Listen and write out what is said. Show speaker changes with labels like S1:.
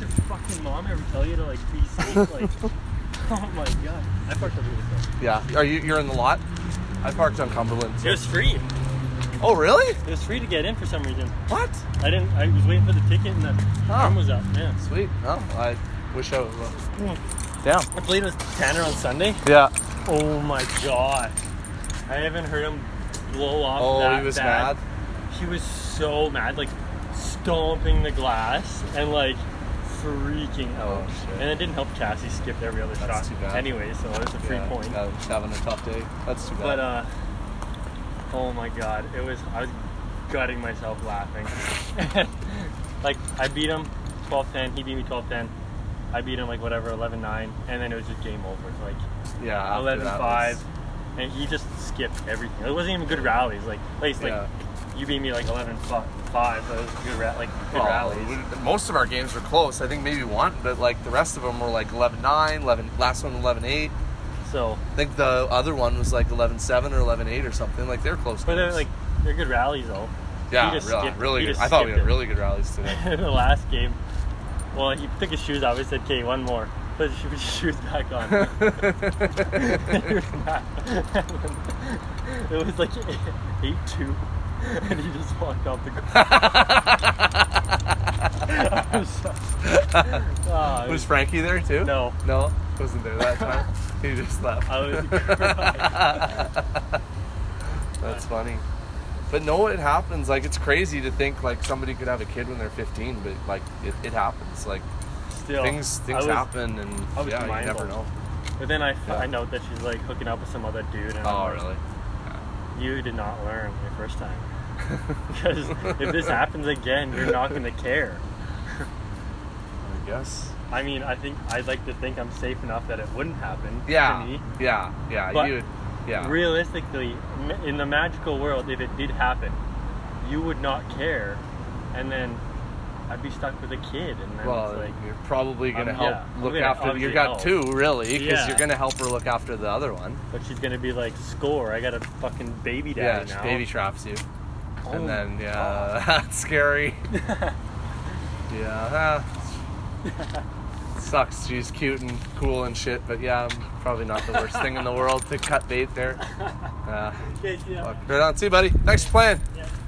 S1: fucking mom ever tell you to like be safe? Like, oh my god, I parked over here. so-
S2: Yeah. Are you? You're in the lot. I parked on Cumberland.
S1: It was free.
S2: Oh, really?
S1: It was free to get in for some reason.
S2: What?
S1: I didn't. I was waiting for the ticket and the time was up. Yeah.
S2: Sweet. Oh, I wish I was. uh, Damn.
S1: I played with Tanner on Sunday.
S2: Yeah.
S1: Oh my god, I haven't heard him blow off.
S2: Oh,
S1: that
S2: he was
S1: bad.
S2: mad.
S1: He was so mad, like stomping the glass and like freaking out.
S2: Oh, shit.
S1: And it didn't help Cassie skipped every other shot
S2: That's too bad.
S1: anyway, so it was a free
S2: yeah,
S1: point.
S2: yeah, he's having a tough day. That's too bad.
S1: But uh, oh my god, it was I was gutting myself laughing. like I beat him 12-10, he beat me 12-10. I beat him like whatever 11-9, and then it was just game over. Like
S2: yeah. after
S1: 11
S2: that
S1: 5
S2: was-
S1: and he just skipped everything it wasn't even good rallies like at least like
S2: Yeah.
S1: you beat me like 11 5 but it was good ra- like good
S2: Well,
S1: rallies
S2: Oh, we- most of our games were close. I think maybe one, but like the rest of them were like 11-9, 11 last one 11-8.
S1: so
S2: I think the other one was like 11-7 or 11-8 or something. Like they're close.
S1: but they're
S2: games.
S1: like they're good rallies though
S2: yeah,
S1: he just
S2: really,
S1: skipped-
S2: really
S1: he
S2: good.
S1: just
S2: I thought we
S1: skipped
S2: had
S1: it.
S2: really good rallies today.
S1: in the last game well he took his shoes off he said okay one more put his- put his shoes back on He was mad. it was like 8-2 and he just walked off the court I was so- Ah, it
S2: was Frankie there too?
S1: No.
S2: no, wasn't there that time. he just left.
S1: I was crying.
S2: That's funny. But no, it happens. Like it's crazy to think like somebody could have a kid when they're 15, but like it, it happens. Like
S1: Still,
S2: things
S1: I was-
S2: things happen, and
S1: I was
S2: yeah, you
S1: mind
S2: never
S1: blown.
S2: know.
S1: But then I
S2: Yeah.
S1: find out that she's like hooking up with some other dude. And
S2: Oh
S1: I'm like,
S2: really?
S1: You did not learn your first time. because if this happens again, you're not going to care.
S2: I guess.
S1: I mean, I think I'd like to think I'm safe enough that it wouldn't happen to
S2: Yeah.
S1: me.
S2: Yeah. Yeah.
S1: But
S2: you. would- Yeah.
S1: Realistically, m- in the magical world, if it did happen, you would not care. And then I'd be stuck with a kid. And then
S2: Well,
S1: it's like,
S2: you're probably gonna
S1: I'm-
S2: help
S1: yeah, I'm
S2: look
S1: gonna
S2: after. You
S1: obviously
S2: got
S1: help.
S2: two really, because
S1: Yeah.
S2: you're gonna help her look after the other one.
S1: but she's going to be like, score, I got a fucking baby
S2: yeah,
S1: daddy
S2: she
S1: now.
S2: baby traps you,
S1: Oh,
S2: and then yeah,
S1: God.
S2: that's scary. yeah. ah. Sucks. She's cute and cool and shit, but yeah, I'm probably not the worst thing in the world to cut bait there. Uh,
S1: Yeah, yeah.
S2: fuck. Right on. See, you, buddy. Next plan.
S1: Yeah.